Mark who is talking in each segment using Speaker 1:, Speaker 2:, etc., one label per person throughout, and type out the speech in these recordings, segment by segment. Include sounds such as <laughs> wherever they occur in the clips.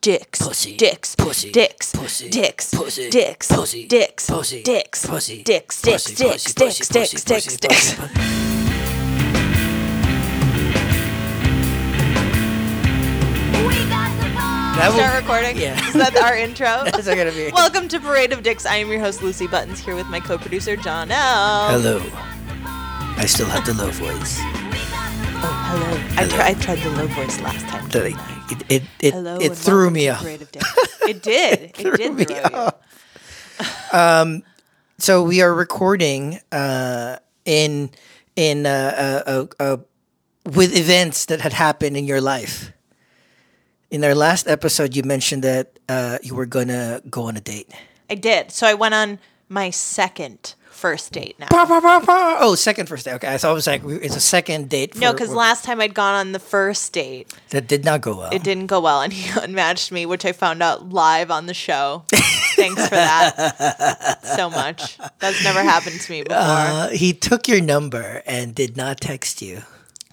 Speaker 1: dicks,
Speaker 2: Pussy.
Speaker 1: dicks,
Speaker 2: Pussy.
Speaker 1: dicks,
Speaker 2: Pussy.
Speaker 1: dicks,
Speaker 2: Pussy.
Speaker 1: dicks,
Speaker 2: Pussy.
Speaker 1: dicks,
Speaker 2: Pussy.
Speaker 1: dicks,
Speaker 2: Pussy.
Speaker 1: dicks, dicks, dicks,
Speaker 2: Pussy, pussy,
Speaker 1: dicks, dicks,
Speaker 2: pussy, pussy,
Speaker 1: dicks,
Speaker 2: pussy,
Speaker 1: dicks. <laughs>
Speaker 2: pussy. That will-
Speaker 1: Start recording.
Speaker 2: Yeah.
Speaker 1: Is that our
Speaker 2: <laughs>
Speaker 1: intro?
Speaker 2: That's not gonna be.
Speaker 1: Welcome to Parade of Dicks. I am your host Lucy Buttons here with my co-producer John L.
Speaker 2: Hello. I still have the
Speaker 1: <laughs>
Speaker 2: low voice.
Speaker 1: Hello. I,
Speaker 2: Hello.
Speaker 1: tr- I tried the low voice last time.
Speaker 2: That I, it it it,
Speaker 1: Hello.
Speaker 2: it
Speaker 1: and
Speaker 2: threw
Speaker 1: welcome
Speaker 2: me
Speaker 1: to
Speaker 2: off.
Speaker 1: Parade of Dicks. It
Speaker 2: <laughs>
Speaker 1: did. It,
Speaker 2: Threw
Speaker 1: did
Speaker 2: me
Speaker 1: throw you.
Speaker 2: off. Um, so we are recording uh, in in uh, uh, uh, uh, with events that had happened in your life. In our last episode, you mentioned that uh, you were gonna go on a date.
Speaker 1: I did. So I went on my second first date now.
Speaker 2: Bah, bah, bah, bah. Oh, second first date. Okay, I thought it was like we- it's a second date. For,
Speaker 1: No, because last time I'd gone on the first date,
Speaker 2: that did not go well.
Speaker 1: it didn't go well, and he <laughs> unmatched me, which I found out live on the show. Thanks for that so much. That's never happened to me before.
Speaker 2: Uh, he took your number and did not text you.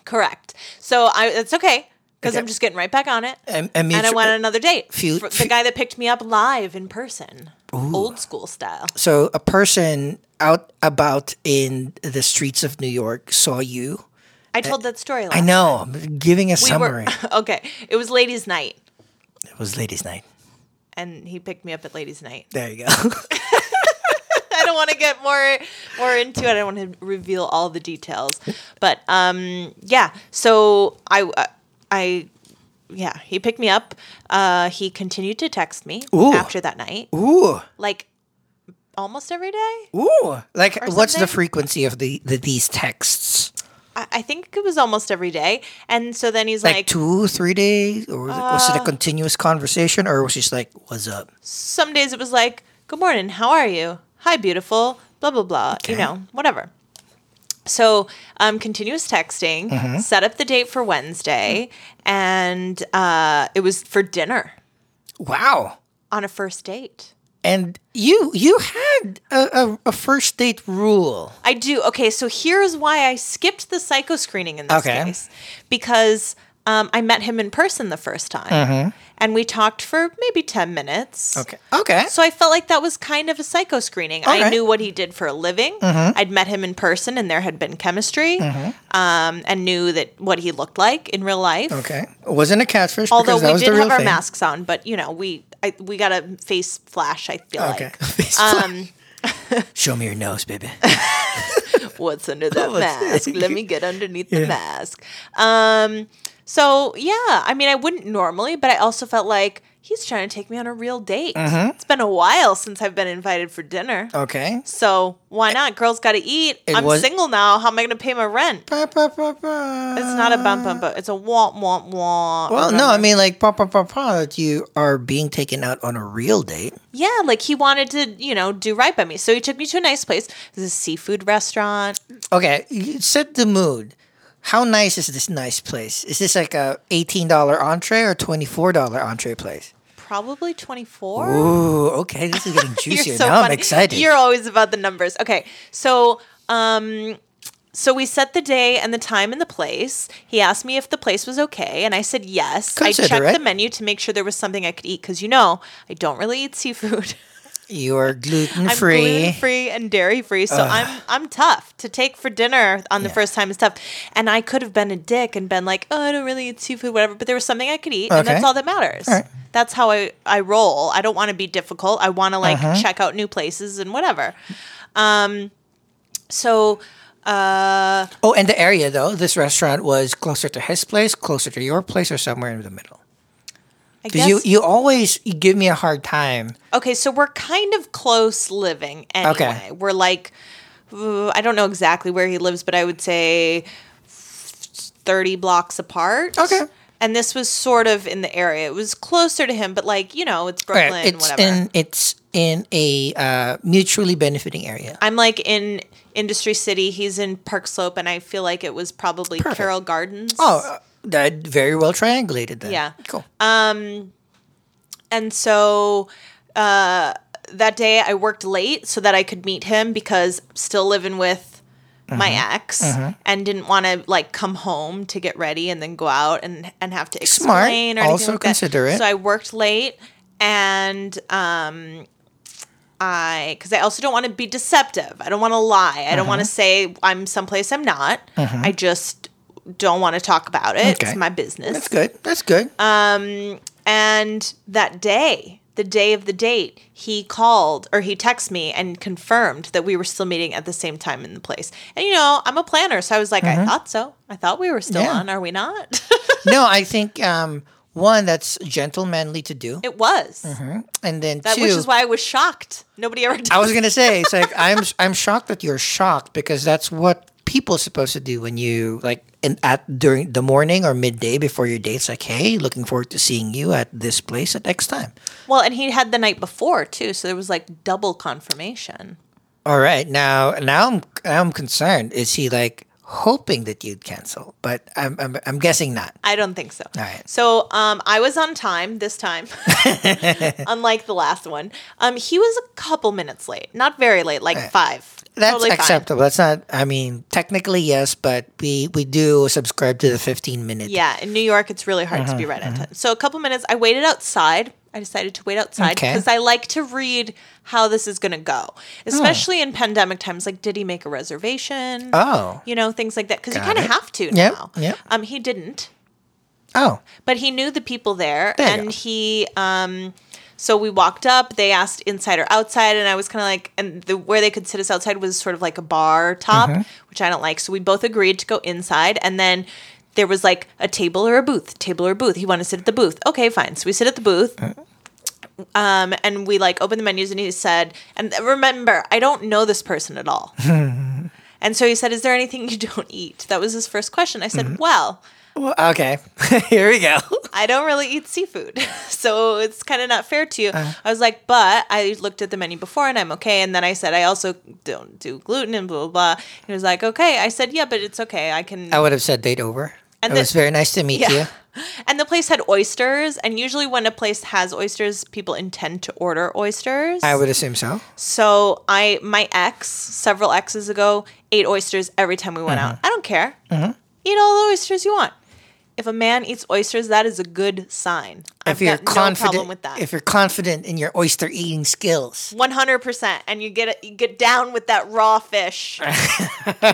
Speaker 1: Correct. So I it's okay because
Speaker 2: Okay.
Speaker 1: I'm just getting right back on it.
Speaker 2: And, and,
Speaker 1: and I
Speaker 2: mutu-
Speaker 1: went on another date.
Speaker 2: Fu-
Speaker 1: for the
Speaker 2: fu-
Speaker 1: guy that picked me up live in person, old school style.
Speaker 2: so a person out about in the streets of New York saw you.
Speaker 1: I told that story. Last
Speaker 2: Uh, I know. I'm giving a
Speaker 1: We <laughs>
Speaker 2: summary.
Speaker 1: were okay. It was ladies' night,
Speaker 2: it was ladies' night.
Speaker 1: and he picked me up at ladies' night.
Speaker 2: There you go. <laughs>
Speaker 1: <laughs> I don't want to get more more into it. I don't want to reveal all the details. But um, yeah, so I uh, I yeah, he picked me up. Uh, he continued to text me
Speaker 2: Ooh.
Speaker 1: after that night,
Speaker 2: ooh,
Speaker 1: like almost every day.
Speaker 2: ooh. Like, what's the
Speaker 1: something?
Speaker 2: frequency of the, the these texts?
Speaker 1: I, I think it was almost every day. And so then he's
Speaker 2: Like,
Speaker 1: like, uh,
Speaker 2: two, three days, or was, it, was it a continuous conversation, or was it just like, "What's up?"
Speaker 1: some days it was like, "Good morning, how are you? Hi, beautiful." Blah blah blah. You
Speaker 2: Okay.
Speaker 1: know, whatever. So, um, continuous texting.
Speaker 2: Mm-hmm.
Speaker 1: Set up the date for Wednesday, and uh, it was for dinner
Speaker 2: Wow.
Speaker 1: on a first date.
Speaker 2: And you you had a, a, a first date rule.
Speaker 1: I do. Okay, so here's why I skipped the psycho screening in this
Speaker 2: Okay.
Speaker 1: case because um, I met him in person the first time, and we talked for maybe ten minutes.
Speaker 2: Mm-hmm. Okay. Okay.
Speaker 1: So I felt like that was kind of a psycho screening. I
Speaker 2: Okay. Mm-hmm.
Speaker 1: knew what he did for a living. I'd met him in person, and there had been chemistry, um, and knew that what he looked like in real life.
Speaker 2: Okay. It wasn't a catfish.
Speaker 1: Although
Speaker 2: because that
Speaker 1: we
Speaker 2: was
Speaker 1: did
Speaker 2: the
Speaker 1: have
Speaker 2: real
Speaker 1: our
Speaker 2: thing.
Speaker 1: masks on, but you know, we I, we got a face flash. I feel
Speaker 2: Okay.
Speaker 1: like
Speaker 2: <laughs> Um, <laughs> Show me your nose, <laughs> baby.
Speaker 1: what's
Speaker 2: <laughs>
Speaker 1: under that
Speaker 2: What's-
Speaker 1: mask? Let me get underneath the mask. Um, so yeah, I mean, I wouldn't normally, but I also felt like he's trying to take me on a real date.
Speaker 2: Mm-hmm.
Speaker 1: It's been a while since I've been invited for dinner.
Speaker 2: Okay.
Speaker 1: So why not? Girls got to eat.
Speaker 2: Eh, It
Speaker 1: I'm
Speaker 2: was-
Speaker 1: single now. How am I going to pay my rent?
Speaker 2: Ba, ba, ba, ba.
Speaker 1: It's not a bump bump bump. It's a womp womp womp.
Speaker 2: Well, no,
Speaker 1: Remember?
Speaker 2: I mean like pa pa pa pa. that You are being taken out on a real date.
Speaker 1: yeah, like he wanted to, you know, do right by me. So he took me to a nice place. This is a seafood restaurant.
Speaker 2: Okay. You set the mood. How nice is this nice place? Is this like a eighteen dollar entree or twenty four dollar entree place?
Speaker 1: Probably 24.
Speaker 2: Ooh, okay. This is <laughs> getting
Speaker 1: <laughs> You're
Speaker 2: juicier.
Speaker 1: so
Speaker 2: now I'm
Speaker 1: funny.
Speaker 2: excited.
Speaker 1: You're always about the numbers. Okay, so um, so we set the day and the time and the place. He asked me if the place was okay, and I said yes. I checked
Speaker 2: Considerate.
Speaker 1: the menu to make sure there was something I could eat because you know I don't really eat seafood.
Speaker 2: You're gluten
Speaker 1: I'm gluten
Speaker 2: free.
Speaker 1: free and dairy free, so I'm I'm tough to take for dinner on the first time is tough. And I could have been a dick and been like, oh, I don't really eat seafood, whatever. But there was something I could eat, and
Speaker 2: Okay.
Speaker 1: that's all that matters.
Speaker 2: All right.
Speaker 1: That's how I I roll. I don't want to be difficult. I want to like
Speaker 2: Uh-huh.
Speaker 1: check out new places and whatever. Um, so uh,
Speaker 2: Oh, and the area though, this restaurant was closer to his place, closer to your place, or somewhere in the middle.
Speaker 1: I guess
Speaker 2: Because you you always give me a hard time.
Speaker 1: Okay, so we're kind of close living anyway.
Speaker 2: Okay.
Speaker 1: We're like, uh, I don't know exactly where he lives, but I would say 30 blocks apart.
Speaker 2: Okay.
Speaker 1: And this was sort of in the area. It was closer to him, but like, you know, it's Brooklyn,
Speaker 2: Alright, Uh, it's
Speaker 1: whatever.
Speaker 2: in it's in a uh, mutually benefiting area.
Speaker 1: I'm like in Industry City. He's in Park Slope, and I feel like it was probably
Speaker 2: Perfect.
Speaker 1: Carroll Gardens.
Speaker 2: Oh, uh, that very well triangulated. Then.
Speaker 1: Yeah. Um,
Speaker 2: cool.
Speaker 1: And so uh, that day I worked late so that I could meet him because still living with my
Speaker 2: Uh-huh.
Speaker 1: ex and didn't want to like come home to get ready and then go out and and have to explain
Speaker 2: Smart.
Speaker 1: or anything
Speaker 2: Also
Speaker 1: like that.
Speaker 2: considerate.
Speaker 1: So I worked late and um I cuz I also don't want to be deceptive. I don't want to lie. I don't want to
Speaker 2: Uh-huh.
Speaker 1: say I'm someplace I'm not. I just don't want to talk about it.
Speaker 2: Okay.
Speaker 1: It's my business.
Speaker 2: That's good. That's good.
Speaker 1: uh, And that day, the day of the date, he called or he texted me and confirmed that we were still meeting at the same time in the place. And you know, I'm a planner, so I was like, I thought so. I thought we were still
Speaker 2: Mm-hmm. Yeah.
Speaker 1: on. Are we not? <laughs>
Speaker 2: no, I think um, one that's gentlemanly to do,
Speaker 1: it was.
Speaker 2: and then
Speaker 1: That,
Speaker 2: two,
Speaker 1: which is why I was shocked. Nobody ever did.
Speaker 2: Mm-hmm. I was gonna say it's like I'm I'm shocked that you're shocked because that's what people are supposed to do when you like in, at during the morning or midday before your dates. Like, hey, looking forward to seeing you at this place at X time.
Speaker 1: <laughs> well, and he had the night before too, so there was like double confirmation.
Speaker 2: All right, now now I'm I'm concerned. Is he like hoping that you'd cancel? But I'm I'm, I'm guessing not.
Speaker 1: I don't think so.
Speaker 2: All right.
Speaker 1: So um, I was on time this time, <laughs> unlike the last one. Um, he was a couple minutes late, not very late, like five.
Speaker 2: Uh, That's
Speaker 1: Totally fine.
Speaker 2: acceptable. That's not. I mean, technically yes, but we we do subscribe to the 15 minute.
Speaker 1: Yeah, in New York, it's really hard to
Speaker 2: Uh-huh,
Speaker 1: be right on time. So a couple minutes, I waited outside. I decided to wait outside
Speaker 2: Okay. Oh.
Speaker 1: because I like to read how this is going to go, especially in pandemic times. Like, did he make a reservation?
Speaker 2: Oh.
Speaker 1: You know, things like that. Because you
Speaker 2: Got
Speaker 1: kind of
Speaker 2: it.
Speaker 1: have to
Speaker 2: Yep,
Speaker 1: now.
Speaker 2: yep.
Speaker 1: Um, he didn't,
Speaker 2: Oh.
Speaker 1: but he knew the people there,
Speaker 2: There you
Speaker 1: and
Speaker 2: go.
Speaker 1: he um. So we walked up. They asked inside or outside, and I was kind of like, and the, where they could sit us outside was sort of like a bar top,
Speaker 2: Mm-hmm.
Speaker 1: which I don't like. So we both agreed to go inside, and then there was like a table or a booth, table or booth. He wanted to sit at the booth. Okay, fine. So we sit at the booth,
Speaker 2: Uh.
Speaker 1: um, and we like opened the menus, and he said, and remember, I don't know this person at
Speaker 2: <laughs>
Speaker 1: all. and so he said, "Is there anything you don't eat?" That was his first question. I said,
Speaker 2: Mm-hmm.
Speaker 1: "Well."
Speaker 2: Well, okay. <laughs> Here we go.
Speaker 1: I don't really eat seafood, <laughs> so it's kind of not fair to you.
Speaker 2: Uh-huh.
Speaker 1: I was like, but I looked at the menu before and I'm okay. And then I said, I also don't do gluten and blah, blah, blah. He was like, okay. I said, yeah, but it's okay. I can.
Speaker 2: I would have said date over.
Speaker 1: And
Speaker 2: it
Speaker 1: the-
Speaker 2: was very nice to meet you.
Speaker 1: <laughs> Yeah. And the place had oysters. And usually when a place has oysters, people intend to order oysters.
Speaker 2: I would assume so.
Speaker 1: So I, my ex, several exes ago, ate oysters every time we
Speaker 2: Mm-hmm.
Speaker 1: went out. I don't care. Eat all the oysters you want. If a man eats oysters, that is a good sign.
Speaker 2: if you're confident,
Speaker 1: no problem with that.
Speaker 2: if you're confident in your oyster eating skills,
Speaker 1: One hundred percent, and you get you get down with that raw fish.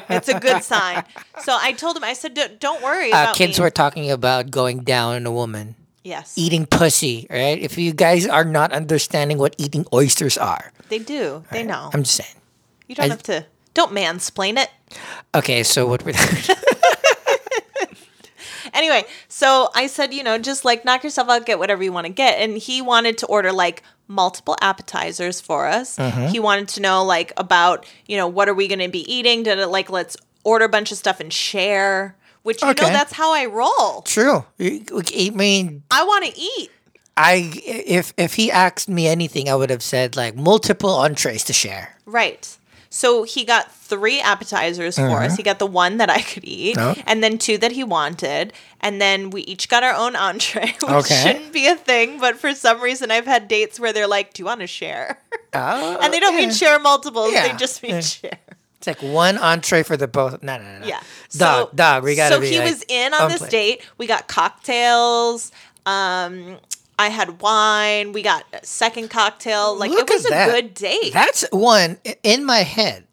Speaker 1: it's a good sign. So I told him, I said, "Don't- "Don't worry
Speaker 2: uh,
Speaker 1: about
Speaker 2: kids
Speaker 1: me."
Speaker 2: were talking about going down on a woman,
Speaker 1: yes,
Speaker 2: eating pussy. Right? If you guys are not understanding what eating oysters are,
Speaker 1: they do. They know.
Speaker 2: I'm just saying.
Speaker 1: you don't
Speaker 2: I-
Speaker 1: have to. Don't mansplain it.
Speaker 2: Okay, so what we're
Speaker 1: <laughs> Anyway, so I said, you know, just like knock yourself out, get whatever you want to get. And he wanted to order like multiple appetizers for us. He wanted to know like about, you know, what are we going to be eating? Did it like let's order a bunch of stuff and share? Which you know
Speaker 2: Okay.
Speaker 1: that's how I roll.
Speaker 2: true. You- I mean,
Speaker 1: I want to eat.
Speaker 2: I if if he asked me anything, I would have said like multiple entrees to share.
Speaker 1: Right. So he got three appetizers for us. He got the one that I could eat,
Speaker 2: Uh-huh. Oh.
Speaker 1: and then two that he wanted, and then we each got our own entree, <laughs> which
Speaker 2: Okay.
Speaker 1: shouldn't be a thing. But for some reason, I've had dates where they're like, "Do you want to share?" <laughs>
Speaker 2: Oh,
Speaker 1: and they don't mean share multiples; they
Speaker 2: Yeah.
Speaker 1: just mean share.
Speaker 2: It's like one entree for the both. No, no, no. no.
Speaker 1: Yeah. so,
Speaker 2: Dog, dog. We gotta
Speaker 1: So
Speaker 2: be.
Speaker 1: he
Speaker 2: like,
Speaker 1: was in on this
Speaker 2: plate.
Speaker 1: date. We got cocktails. Um, I had wine. We got a second cocktail. Like
Speaker 2: Look
Speaker 1: it was
Speaker 2: at
Speaker 1: a
Speaker 2: that.
Speaker 1: good date.
Speaker 2: That's one i- in my head.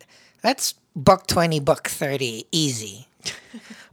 Speaker 2: That's buck twenty, buck thirty,
Speaker 1: <laughs>
Speaker 2: easy.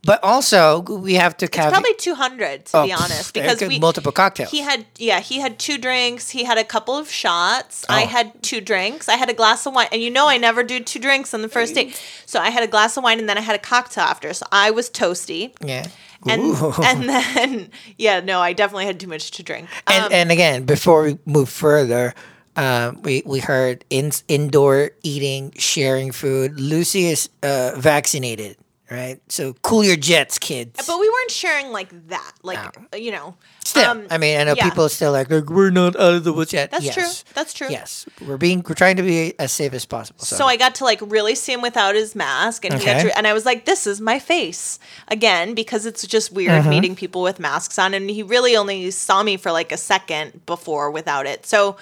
Speaker 2: but also we have to count.
Speaker 1: probably 200 to
Speaker 2: Oh,
Speaker 1: be honest
Speaker 2: pfft, there
Speaker 1: because
Speaker 2: could
Speaker 1: we
Speaker 2: multiple cocktails.
Speaker 1: he had yeah he had two drinks he had a couple of shots i
Speaker 2: Oh.
Speaker 1: had two drinks i had a glass of wine and you know i never do two drinks on the first date so i had a glass of wine and then i had a cocktail after so i was toasty
Speaker 2: yeah.
Speaker 1: and
Speaker 2: Ooh. <laughs>
Speaker 1: and then <laughs> yeah no i definitely had too much to drink
Speaker 2: and,
Speaker 1: Um,
Speaker 2: and again, before we move further, um, we we heard in, indoor eating, sharing food. Lucy is uh, vaccinated, right? So cool your jets, kids.
Speaker 1: but we weren't sharing like that like you know
Speaker 2: still,
Speaker 1: um,
Speaker 2: I mean, I know
Speaker 1: yeah.
Speaker 2: people still like, like we're not out of the woods yet.
Speaker 1: That's true.
Speaker 2: Yes.
Speaker 1: That's true.
Speaker 2: Yes, we're being we're trying to be as safe as possible. So,
Speaker 1: So I got to like really see him without his mask, and he got
Speaker 2: Okay.
Speaker 1: to, and I was like, "This is my face again," because it's just weird
Speaker 2: Mm-hmm.
Speaker 1: meeting people with masks on, and he really only saw me for like a second before without it. So,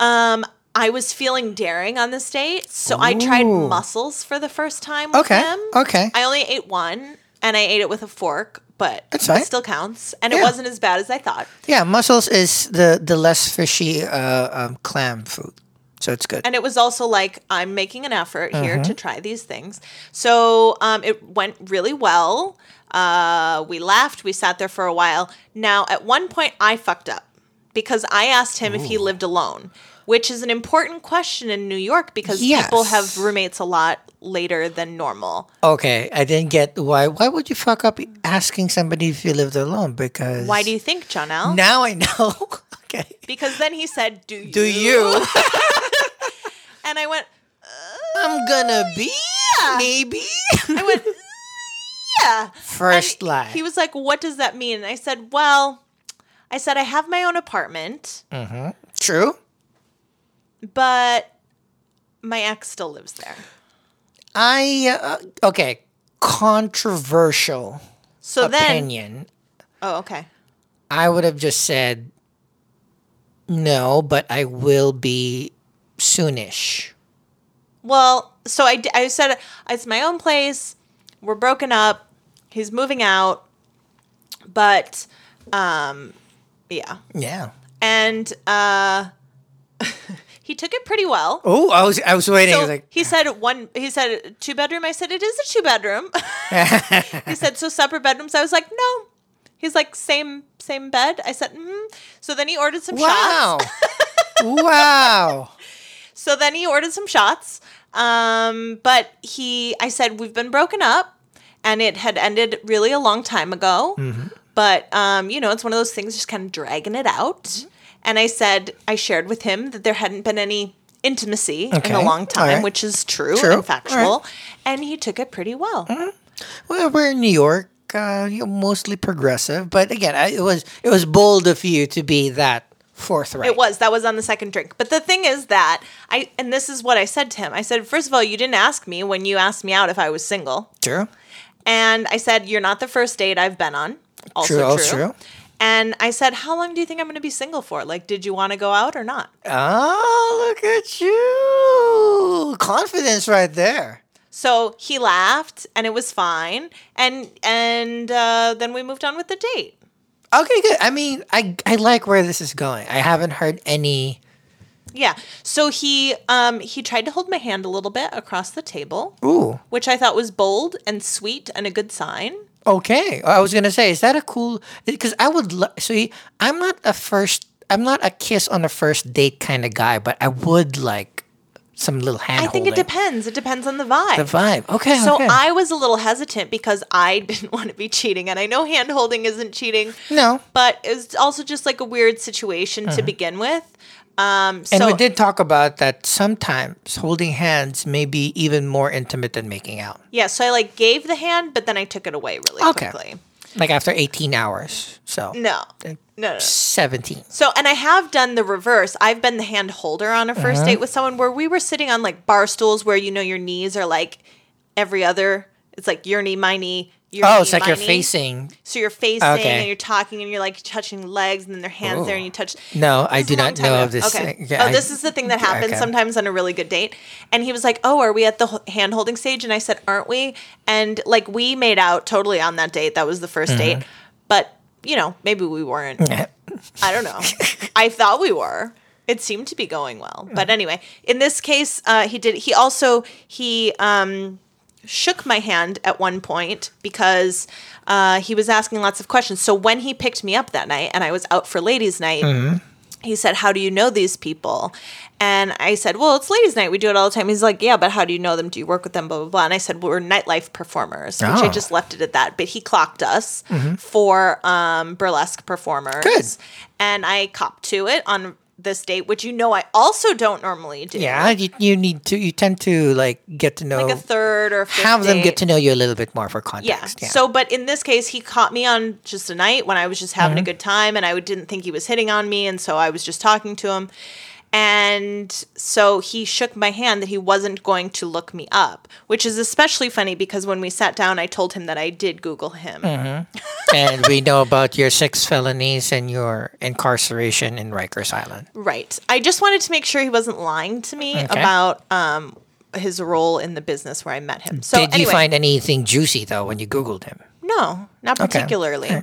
Speaker 1: um, I was feeling daring on this date, so I tried
Speaker 2: Ooh.
Speaker 1: mussels for the first time with
Speaker 2: Okay.
Speaker 1: him.
Speaker 2: Okay.
Speaker 1: I only ate one, and I ate it with a fork, but
Speaker 2: That's fine.
Speaker 1: it still counts, and
Speaker 2: Yeah.
Speaker 1: it wasn't as bad as I thought.
Speaker 2: Yeah, mussels is the the less fishy uh, um, clam food, so it's good.
Speaker 1: and it was also like I'm making an effort here
Speaker 2: Uh-huh.
Speaker 1: to try these things. So um, it went really well. Uh, we laughed. We sat there for a while. Now, at one point, I fucked up because I asked him if he lived alone, which is an important question in New York because people
Speaker 2: Yes.
Speaker 1: have roommates a lot later than normal.
Speaker 2: Okay, I didn't get why. Why would you fuck up asking somebody if you lived alone? Because
Speaker 1: Why do you think, John L?
Speaker 2: now I know. <laughs> okay,
Speaker 1: Because then he said, "Do you?"
Speaker 2: do you?
Speaker 1: <laughs> And I went,
Speaker 2: I'm gonna be maybe
Speaker 1: <laughs> I went, yeah.
Speaker 2: first
Speaker 1: And
Speaker 2: lie.
Speaker 1: He was like, "What does that mean?" And I said, "Well, I said I have my own apartment,
Speaker 2: True.
Speaker 1: but my ex still lives there."
Speaker 2: I uh, okay. Controversial
Speaker 1: So then,
Speaker 2: opinion.
Speaker 1: oh okay,
Speaker 2: I would have just said no, but I will be soonish.
Speaker 1: well, so I, d- I said it's my own place. We're broken up. He's moving out, but um, yeah,
Speaker 2: Yeah.
Speaker 1: and uh, <laughs> he took it pretty well.
Speaker 2: Oh, I was I was waiting. I
Speaker 1: So
Speaker 2: was like,
Speaker 1: he said one. He said two bedroom. I said it is a two bedroom. <laughs> he said so separate bedrooms. I was like no. He's like same same bed. I said mm. So then he ordered some shots. <laughs>
Speaker 2: wow, wow.
Speaker 1: So then he ordered some shots. Um, but he, I said we've been broken up, and it had ended really a long time ago.
Speaker 2: Mm-hmm.
Speaker 1: But um, you know, it's one of those things, just kind of dragging it out.
Speaker 2: Mm-hmm.
Speaker 1: And I said I shared with him that there hadn't been any intimacy in
Speaker 2: Okay.
Speaker 1: a long
Speaker 2: All
Speaker 1: time,
Speaker 2: right.
Speaker 1: which is true,
Speaker 2: True. All
Speaker 1: and
Speaker 2: right.
Speaker 1: factual. And he took it pretty well.
Speaker 2: Well, we're in New York. Uh, you're mostly progressive, but again, I, it was it was bold of you to be that forthright.
Speaker 1: It was. That was on the second drink. But the thing is that I, and this is what I said to him. I said, first of all, you didn't ask me when you asked me out if I was single.
Speaker 2: true.
Speaker 1: And I said, You're not the first date I've been on. Also
Speaker 2: True,
Speaker 1: true.
Speaker 2: also true.
Speaker 1: And I said, How long do you think I'm going to be single for? Like, did you want to go out or not?
Speaker 2: Oh, look at you! Confidence right there.
Speaker 1: So he laughed and it was fine. And and uh, then we moved on with the date.
Speaker 2: Okay, good. I mean, I I like where this is going. I haven't heard any.
Speaker 1: Yeah. So he um, he tried to hold my hand a little bit across the table,
Speaker 2: Ooh.
Speaker 1: which I thought was bold and sweet and a good sign.
Speaker 2: Okay, I was gonna say, is that a cool? Because I would lo- see. I'm not a first. I'm not a kiss on the first date kind of guy, but I would like some little hand.
Speaker 1: I think it depends. It depends on the vibe.
Speaker 2: The vibe. Okay.
Speaker 1: So
Speaker 2: okay.
Speaker 1: I was a little hesitant because I <laughs> didn't want to be cheating, and I know hand holding isn't cheating.
Speaker 2: No.
Speaker 1: but it was also just like a weird situation to begin with. Um,
Speaker 2: Uh-huh. And
Speaker 1: so
Speaker 2: we did talk about that sometimes holding hands may be even more intimate than making out.
Speaker 1: yeah, so I like gave the hand, but then I took it away really
Speaker 2: Okay. Uh,
Speaker 1: quickly.
Speaker 2: Like after 18 hours. So
Speaker 1: No, no, no. no.
Speaker 2: 17.
Speaker 1: So, and I have done the reverse. I've been the hand holder on a 1st
Speaker 2: Uh-huh.
Speaker 1: date with someone where we were sitting on like bar stools where you know your knees are like every other. It's like your knee, my knee. Your
Speaker 2: Oh,
Speaker 1: knee,
Speaker 2: it's like
Speaker 1: my
Speaker 2: you're
Speaker 1: knee.
Speaker 2: facing. <laughs>
Speaker 1: So you're facing
Speaker 2: Okay.
Speaker 1: and you're talking and you're like touching legs and then their hands there and you touch.
Speaker 2: No, I
Speaker 1: This
Speaker 2: do
Speaker 1: is a long
Speaker 2: not
Speaker 1: time
Speaker 2: know
Speaker 1: ago.
Speaker 2: of this.
Speaker 1: Okay.
Speaker 2: thing. Yeah,
Speaker 1: oh,
Speaker 2: I-
Speaker 1: this is the thing that happens
Speaker 2: okay.
Speaker 1: sometimes on a really good date. And he was like, "Oh, are we at the hand holding stage?" And I said, "Aren't we?" And like we made out totally on that date. That was the 1st
Speaker 2: Mm-hmm.
Speaker 1: date, but you know, maybe we weren't. I don't know. I thought we were. It seemed to be going well, but anyway, in this case, uh, he did. He also he um, shook my hand at one point because uh, he was asking lots of questions. So when he picked me up that night, and I was out for ladies' night, he said, How do you know these people? And I said, Well, it's ladies' night. We do it all the time. He's like, Yeah, but how do you know them? Do you work with them? Blah, blah, blah. And I said, Well, we're nightlife performers, which
Speaker 2: Oh.
Speaker 1: I just left it at that. But he clocked us for um, burlesque performers.
Speaker 2: Good.
Speaker 1: And I copped to it on this date, which you know I also don't normally do.
Speaker 2: Yeah, you, you need to. You tend to like get to know.
Speaker 1: Like a third or fifth
Speaker 2: have them
Speaker 1: date.
Speaker 2: get to know you a little bit more for
Speaker 1: Yeah.
Speaker 2: context.
Speaker 1: So, but in this case, he caught me on just
Speaker 2: Mm-hmm.
Speaker 1: a night when I was just having a good time and I would- didn't think he was hitting on me. And so I was just talking to him. And so he shook my hand that he wasn't going to look me up, which is especially funny because when we sat down, I told him that I did Google
Speaker 2: Mm.
Speaker 1: him.
Speaker 2: and we know about your six felonies and your incarceration in Rikers Island.
Speaker 1: Right. I just wanted to make sure he wasn't lying to me about um, his role in the business where I met him. So
Speaker 2: Did
Speaker 1: anyway,
Speaker 2: you find anything juicy though when you Googled him?
Speaker 1: No, not particularly.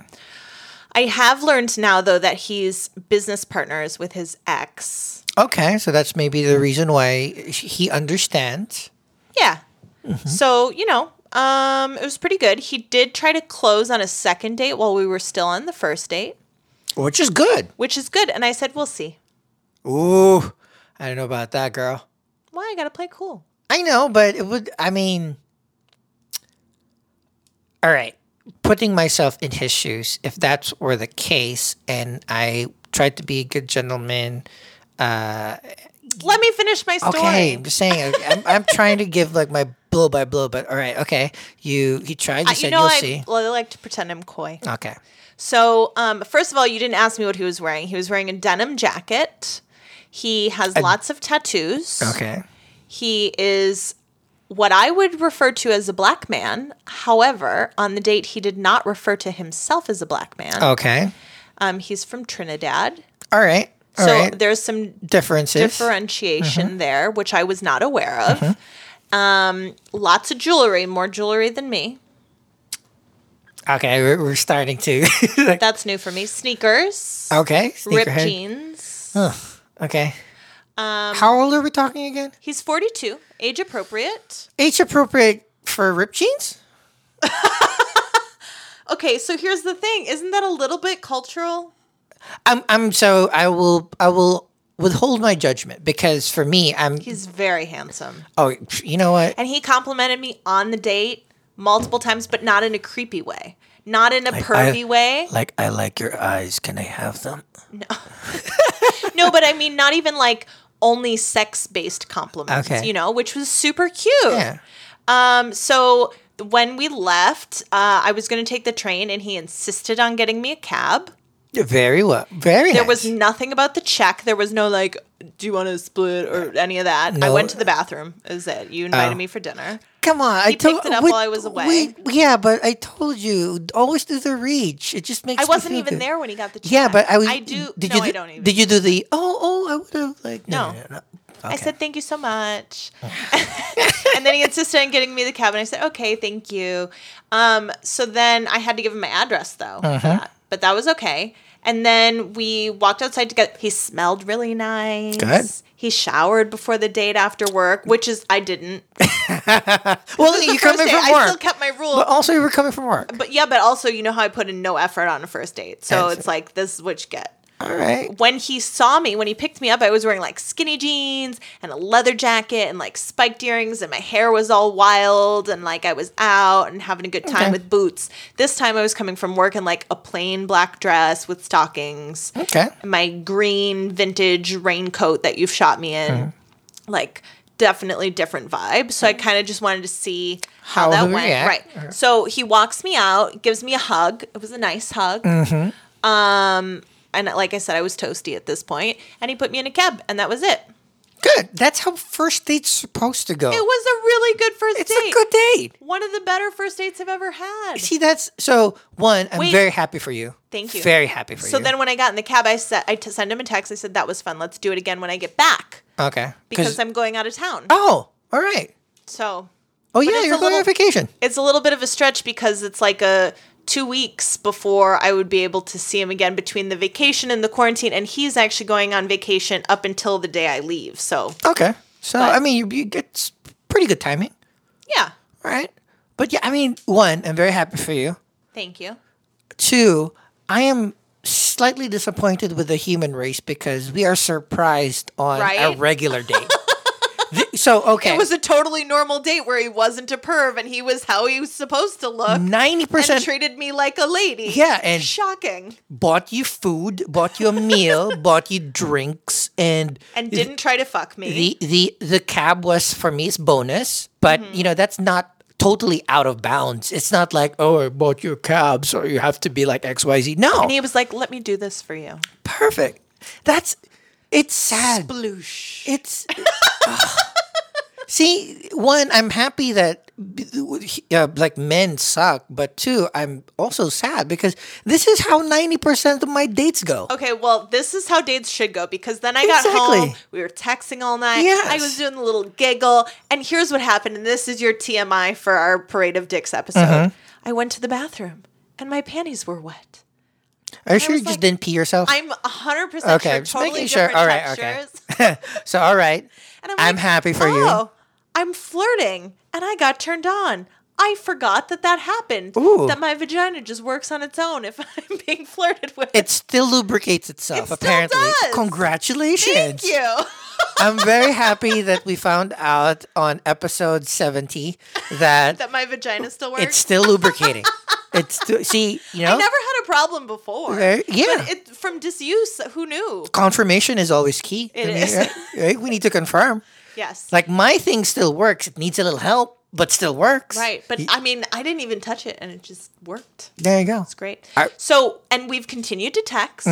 Speaker 1: I have learned now though that he's business partners with his ex.
Speaker 2: Okay, so that's maybe the reason why he understands.
Speaker 1: Yeah.
Speaker 2: Mm-hmm.
Speaker 1: So, you know, um it was pretty good. He did try to close on a second date while we were still on the first date,
Speaker 2: Which is good.
Speaker 1: which is good and I said, "We'll see."
Speaker 2: Ooh, I don't know about that, girl.
Speaker 1: Why I got to play cool.
Speaker 2: I know, but it would, I mean, all right, putting myself in his shoes, if that's were the case, and I tried to be a good gentleman,
Speaker 1: Let me finish my story.
Speaker 2: okay, I'm just saying, I- I'm, I'm trying to give like my blow by blow, but all right, okay, you, you tried, you
Speaker 1: Uh,
Speaker 2: said
Speaker 1: you know,
Speaker 2: you'll
Speaker 1: I,
Speaker 2: see.
Speaker 1: well, I like to pretend I'm coy.
Speaker 2: Okay.
Speaker 1: So, um, first of all, you didn't ask me what he was wearing. He was wearing a denim jacket. He has lots of tattoos.
Speaker 2: Okay.
Speaker 1: He is what I would refer to as a black man. However, on the date, he did not refer to himself as a black man.
Speaker 2: Okay.
Speaker 1: Um, he's from Trinidad.
Speaker 2: All right. All
Speaker 1: so
Speaker 2: right. Mm-hmm.
Speaker 1: there's some
Speaker 2: Differences.
Speaker 1: differentiation there, which I was not aware of.
Speaker 2: Mm-hmm.
Speaker 1: Um, lots of jewelry, more jewelry than me.
Speaker 2: okay, we're, we're starting to. <laughs> like,
Speaker 1: That's new for me. Sneakers,
Speaker 2: okay.
Speaker 1: ripped
Speaker 2: sneakerhead.
Speaker 1: jeans. Um,
Speaker 2: Okay. How old are we talking again?
Speaker 1: He's 42, age appropriate.
Speaker 2: Age appropriate for ripped jeans?
Speaker 1: Okay, so here's the thing. Isn't that a little bit cultural?
Speaker 2: I'm I'm so I will I will withhold my judgment because for me I'm
Speaker 1: He's very handsome.
Speaker 2: oh you know what
Speaker 1: And he complimented me on the date multiple times, but not in a creepy way, not in a pervy
Speaker 2: I-
Speaker 1: way.
Speaker 2: <laughs> like I like your eyes can I have them?
Speaker 1: No, but I mean, not even like only sex based compliments,
Speaker 2: Okay.
Speaker 1: you know, which was super cute.
Speaker 2: Yeah.
Speaker 1: Um, so when we left, uh, I was going to take the train and he insisted on getting me a cab.
Speaker 2: Very well. Very
Speaker 1: There was nothing about the check. There was no like, do you want to split or any of that. I
Speaker 2: No. Oh.
Speaker 1: went to the bathroom. Is it? You invited me for dinner.
Speaker 2: Come on, I
Speaker 1: picked
Speaker 2: told
Speaker 1: it up
Speaker 2: we-
Speaker 1: while I was away.
Speaker 2: we- yeah, but I told you always do the reach. It just makes
Speaker 1: I
Speaker 2: me
Speaker 1: wasn't
Speaker 2: feel
Speaker 1: even
Speaker 2: good.
Speaker 1: there when he got the check.
Speaker 2: Yeah, but I was.
Speaker 1: I do.
Speaker 2: Did
Speaker 1: no,
Speaker 2: you do,
Speaker 1: I don't even.
Speaker 2: Did you do the oh oh? I would have like
Speaker 1: No.
Speaker 2: Okay. Oh.
Speaker 1: I said thank you so much, <laughs> and then he insisted on getting me the cab, and I said okay, thank you. Um, so then I had to give him my address though,
Speaker 2: Uh-huh.
Speaker 1: for that. but that was okay. And then we walked outside together. He smelled really nice.
Speaker 2: Good.
Speaker 1: He showered before the date after work, which is I didn't. <laughs>
Speaker 2: Well, you're
Speaker 1: First
Speaker 2: coming
Speaker 1: date, I
Speaker 2: from
Speaker 1: still Um,
Speaker 2: work, oh.
Speaker 1: kept my rule.
Speaker 2: but also you were coming from work.
Speaker 1: But yeah, but also you know how I put in no effort on a first date, so
Speaker 2: That's
Speaker 1: it's like this is what you get.
Speaker 2: All right.
Speaker 1: when he saw me, when he picked me up, I was wearing like skinny jeans and a leather jacket and like spiked earrings, and my hair was all wild and like I was out and having a good time
Speaker 2: Okay.
Speaker 1: with boots. This time I was coming from work in like a plain black dress with stockings,
Speaker 2: Okay.
Speaker 1: and my green vintage raincoat that you've shot me in.
Speaker 2: Uh-huh.
Speaker 1: Like, definitely different vibe. So I kind of just wanted to see how,
Speaker 2: How
Speaker 1: that
Speaker 2: he'll
Speaker 1: went.
Speaker 2: react. Uh-huh.
Speaker 1: Right. So he walks me out, gives me a hug. It was a nice hug
Speaker 2: Mm-hmm.
Speaker 1: Um, and like I said, I was toasty at this point, and he put me in a cab, and that was it.
Speaker 2: Good. That's how first dates supposed to go.
Speaker 1: It was a really good first
Speaker 2: it's
Speaker 1: date.
Speaker 2: a good date.
Speaker 1: One of the better first dates I've ever had.
Speaker 2: See, that's so. One, I'm
Speaker 1: Wait.
Speaker 2: very happy for you.
Speaker 1: Thank you.
Speaker 2: Very happy for
Speaker 1: so
Speaker 2: you.
Speaker 1: then when I got in the cab, I said I t- sent him a text. I said that was fun. Let's do it again when I get back
Speaker 2: okay.
Speaker 1: because I'm going out of town.
Speaker 2: Oh, all right.
Speaker 1: So
Speaker 2: Oh
Speaker 1: it's
Speaker 2: yeah,
Speaker 1: a
Speaker 2: you're going on
Speaker 1: little-
Speaker 2: vacation.
Speaker 1: it's a little bit of a stretch because it's like a two weeks before I would be able to see him again between the vacation and the quarantine, and he's actually going on vacation up until the day I leave. So
Speaker 2: Okay. So
Speaker 1: But-
Speaker 2: I mean, you, you get s- pretty good timing,
Speaker 1: yeah,
Speaker 2: all right? But yeah, I mean, one, I'm very happy for you.
Speaker 1: thank you.
Speaker 2: Two, I am slightly disappointed with the human race because we are surprised on a
Speaker 1: Right? <laughs>
Speaker 2: regular date. Th- so okay,
Speaker 1: It was a totally normal date where he wasn't a perv and he was how he was supposed to look
Speaker 2: ninety
Speaker 1: and
Speaker 2: percent
Speaker 1: treated me like a lady.
Speaker 2: Yeah, and-
Speaker 1: shocking.
Speaker 2: bought you food, bought you
Speaker 1: <laughs>
Speaker 2: a meal, bought you drinks, and
Speaker 1: And didn't try to fuck me.
Speaker 2: the the the cab was for me is bonus, but
Speaker 1: Mm-hmm.
Speaker 2: you know that's not totally out of bounds. It's not like oh I bought you a cab, so you have to be like X Y Z. No,
Speaker 1: and he was like, "Let me do this for you."
Speaker 2: perfect. That's It's sad.
Speaker 1: Bloosh.
Speaker 2: It's see one. I'm happy that uh, like men suck, but two, I'm also sad because this is how ninety percent of my dates go.
Speaker 1: Okay, well, this is how dates should go because then I got
Speaker 2: Exactly.
Speaker 1: home. We were texting all night.
Speaker 2: Yes.
Speaker 1: I was doing the little giggle. And here's what happened. And this is your TMI for our Parade of Dicks episode.
Speaker 2: Uh-huh.
Speaker 1: I went to the bathroom and my panties were wet.
Speaker 2: Are you sure
Speaker 1: was
Speaker 2: you just
Speaker 1: like-
Speaker 2: didn't pee yourself?
Speaker 1: I'm 100%
Speaker 2: Okay,
Speaker 1: sure.
Speaker 2: just
Speaker 1: totally
Speaker 2: making sure.
Speaker 1: different
Speaker 2: All right, okay.
Speaker 1: textures.
Speaker 2: so all right,
Speaker 1: And
Speaker 2: I'm
Speaker 1: like,
Speaker 2: happy for you.
Speaker 1: "Oh, I'm flirting and I got turned on. I forgot that that happened.
Speaker 2: Ooh.
Speaker 1: That my vagina just works on its own if <laughs> I'm being flirted with.
Speaker 2: It still lubricates itself.
Speaker 1: still
Speaker 2: apparently,
Speaker 1: does.
Speaker 2: congratulations.
Speaker 1: Thank you. <laughs>
Speaker 2: I'm very happy that we found out on episode 70 that,
Speaker 1: that my vagina still works.
Speaker 2: it's still lubricating. it's still, see, you know,
Speaker 1: I never had a problem before.
Speaker 2: Very- yeah.
Speaker 1: But it, from disuse, who knew?
Speaker 2: confirmation is always key.
Speaker 1: It is.
Speaker 2: right- right? We need to confirm.
Speaker 1: Yes.
Speaker 2: Like my thing still works. It needs a little help, but still works.
Speaker 1: right. But I mean, I didn't even touch it and it just worked.
Speaker 2: There you go.
Speaker 1: It's great.
Speaker 2: I- Mm-hmm.
Speaker 1: so, and we've continued to text.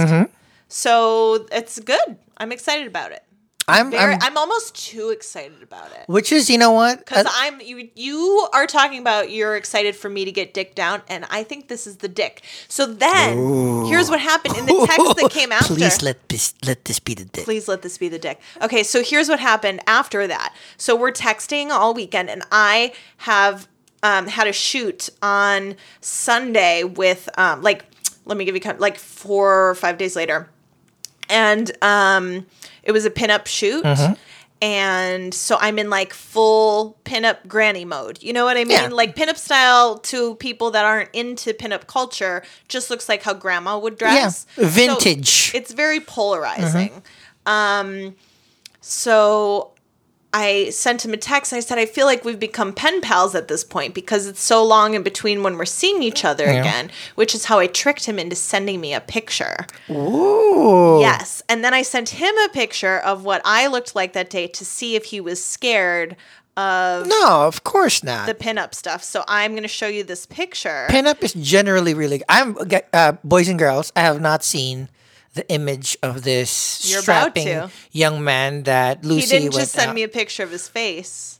Speaker 1: So it's good. I'm excited about it.
Speaker 2: I'm,
Speaker 1: Very,
Speaker 2: I'm,
Speaker 1: I'm, almost too excited about it.
Speaker 2: which is, you know what?
Speaker 1: Because
Speaker 2: Uh,
Speaker 1: I'm you, you are talking about you're excited for me to get dick down, and I think this is the dick. So then, here's what happened in the text that came after.
Speaker 2: <laughs> Please let this, let this be the day.
Speaker 1: please let this be the dick. Okay, so here's what happened after that. So we're texting all weekend, and I have um, had a shoot on Sunday with um, like, let me give you kind- like four or five days later, and um, it was a pinup shoot.
Speaker 2: Mm-hmm.
Speaker 1: And so I'm in like full pinup granny mode. You know what I mean?
Speaker 2: Yeah.
Speaker 1: Like pinup style to people that aren't into pinup culture just looks like how grandma would dress.
Speaker 2: Yeah.
Speaker 1: So
Speaker 2: Vintage.
Speaker 1: it's very polarizing. Um,
Speaker 2: Mm-hmm.
Speaker 1: so I sent him a text. I said, I feel like we've become pen pals at this point because it's so long in between when we're seeing each other again, which is how I tricked him into sending me a picture.
Speaker 2: Ooh.
Speaker 1: Yes. And then I sent him a picture of what I looked like that day to see if he was scared of
Speaker 2: No, of course not.
Speaker 1: the pinup stuff. So I'm going to show you this picture.
Speaker 2: pinup is generally really. I'm uh, boys and girls. I have not seen the image of this
Speaker 1: You're about
Speaker 2: strapping
Speaker 1: to.
Speaker 2: young man that Lucy
Speaker 1: he didn't
Speaker 2: went
Speaker 1: just send
Speaker 2: out-
Speaker 1: me a picture of his face.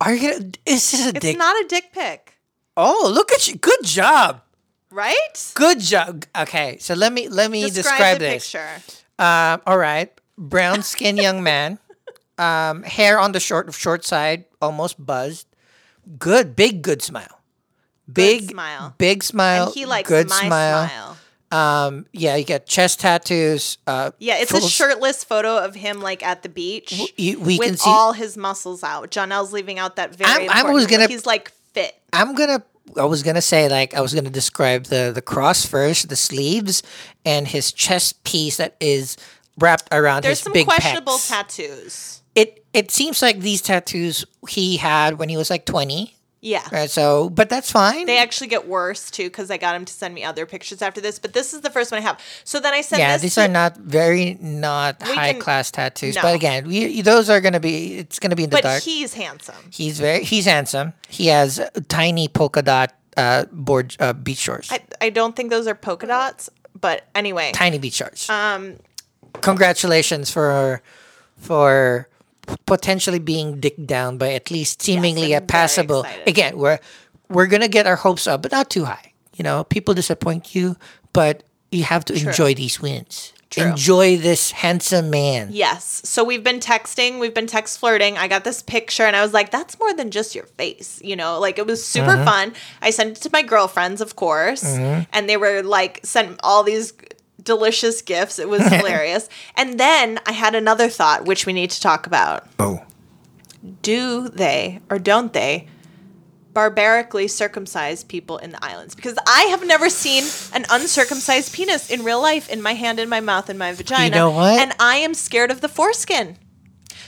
Speaker 2: Are you? Gonna, is this a
Speaker 1: It's
Speaker 2: dick?
Speaker 1: not a dick pic,
Speaker 2: oh, look at you! Good job.
Speaker 1: right?
Speaker 2: Good job. Okay, so let me let me describe,
Speaker 1: the
Speaker 2: this.
Speaker 1: picture.
Speaker 2: Um, all right,
Speaker 1: <laughs>
Speaker 2: brown skin young man, um, hair on the short short side, almost buzzed. Good, big, good smile. Big
Speaker 1: smile.
Speaker 2: Big smile.
Speaker 1: and he likes
Speaker 2: good
Speaker 1: my
Speaker 2: smile.
Speaker 1: smile.
Speaker 2: Um, yeah, you got chest tattoos. Uh,
Speaker 1: Yeah, it's
Speaker 2: full
Speaker 1: a
Speaker 2: s-
Speaker 1: shirtless photo of him like at the beach
Speaker 2: you- we
Speaker 1: with
Speaker 2: can see-
Speaker 1: all his muscles out. Jonelle's leaving out that very.
Speaker 2: I'm- I'm
Speaker 1: important-
Speaker 2: always gonna-
Speaker 1: He's like fit.
Speaker 2: I'm gonna. I was gonna say like I was gonna describe the the cross first, the sleeves, and his chest piece that is wrapped around
Speaker 1: There's
Speaker 2: his
Speaker 1: some
Speaker 2: big
Speaker 1: questionable
Speaker 2: pecs.
Speaker 1: tattoos.
Speaker 2: it it seems like these tattoos he had when he was like 20.
Speaker 1: Yeah.
Speaker 2: Right, so, but that's fine.
Speaker 1: They actually get worse too because I got him to send me other pictures after this, but this is the first one I have. So then I sent
Speaker 2: yeah,
Speaker 1: this.
Speaker 2: these
Speaker 1: to-
Speaker 2: are not very not
Speaker 1: We
Speaker 2: high
Speaker 1: can-
Speaker 2: class tattoos.
Speaker 1: No.
Speaker 2: But again, we, you- those are gonna be. It's gonna be in the
Speaker 1: but
Speaker 2: dark.
Speaker 1: he's handsome.
Speaker 2: he's very he's handsome. He has tiny polka dot uh board uh, beach shorts.
Speaker 1: I, I don't think those are polka dots, but anyway.
Speaker 2: tiny beach sharks. Um, congratulations for for potentially being dicked down by at least seemingly
Speaker 1: I'm very
Speaker 2: a passable.
Speaker 1: excited.
Speaker 2: Again, we're we're gonna get our hopes up, but not too high. You know, people disappoint you, but you have to enjoy these wins. Enjoy this handsome man.
Speaker 1: Yes. So we've been texting, we've been text flirting. I got this picture and I was like, that's more than just your face, you know? Like it was super fun. I sent it to my girlfriends, of course, and they were like sent all these delicious gifts. It was hilarious. And then I had another thought which we need to talk about.
Speaker 2: Oh,
Speaker 1: Do they or don't they barbarically circumcise people in the islands? Because I have never seen an uncircumcised penis in real life in my hand, in my mouth, in my vagina.
Speaker 2: know what?
Speaker 1: And I am scared of the foreskin.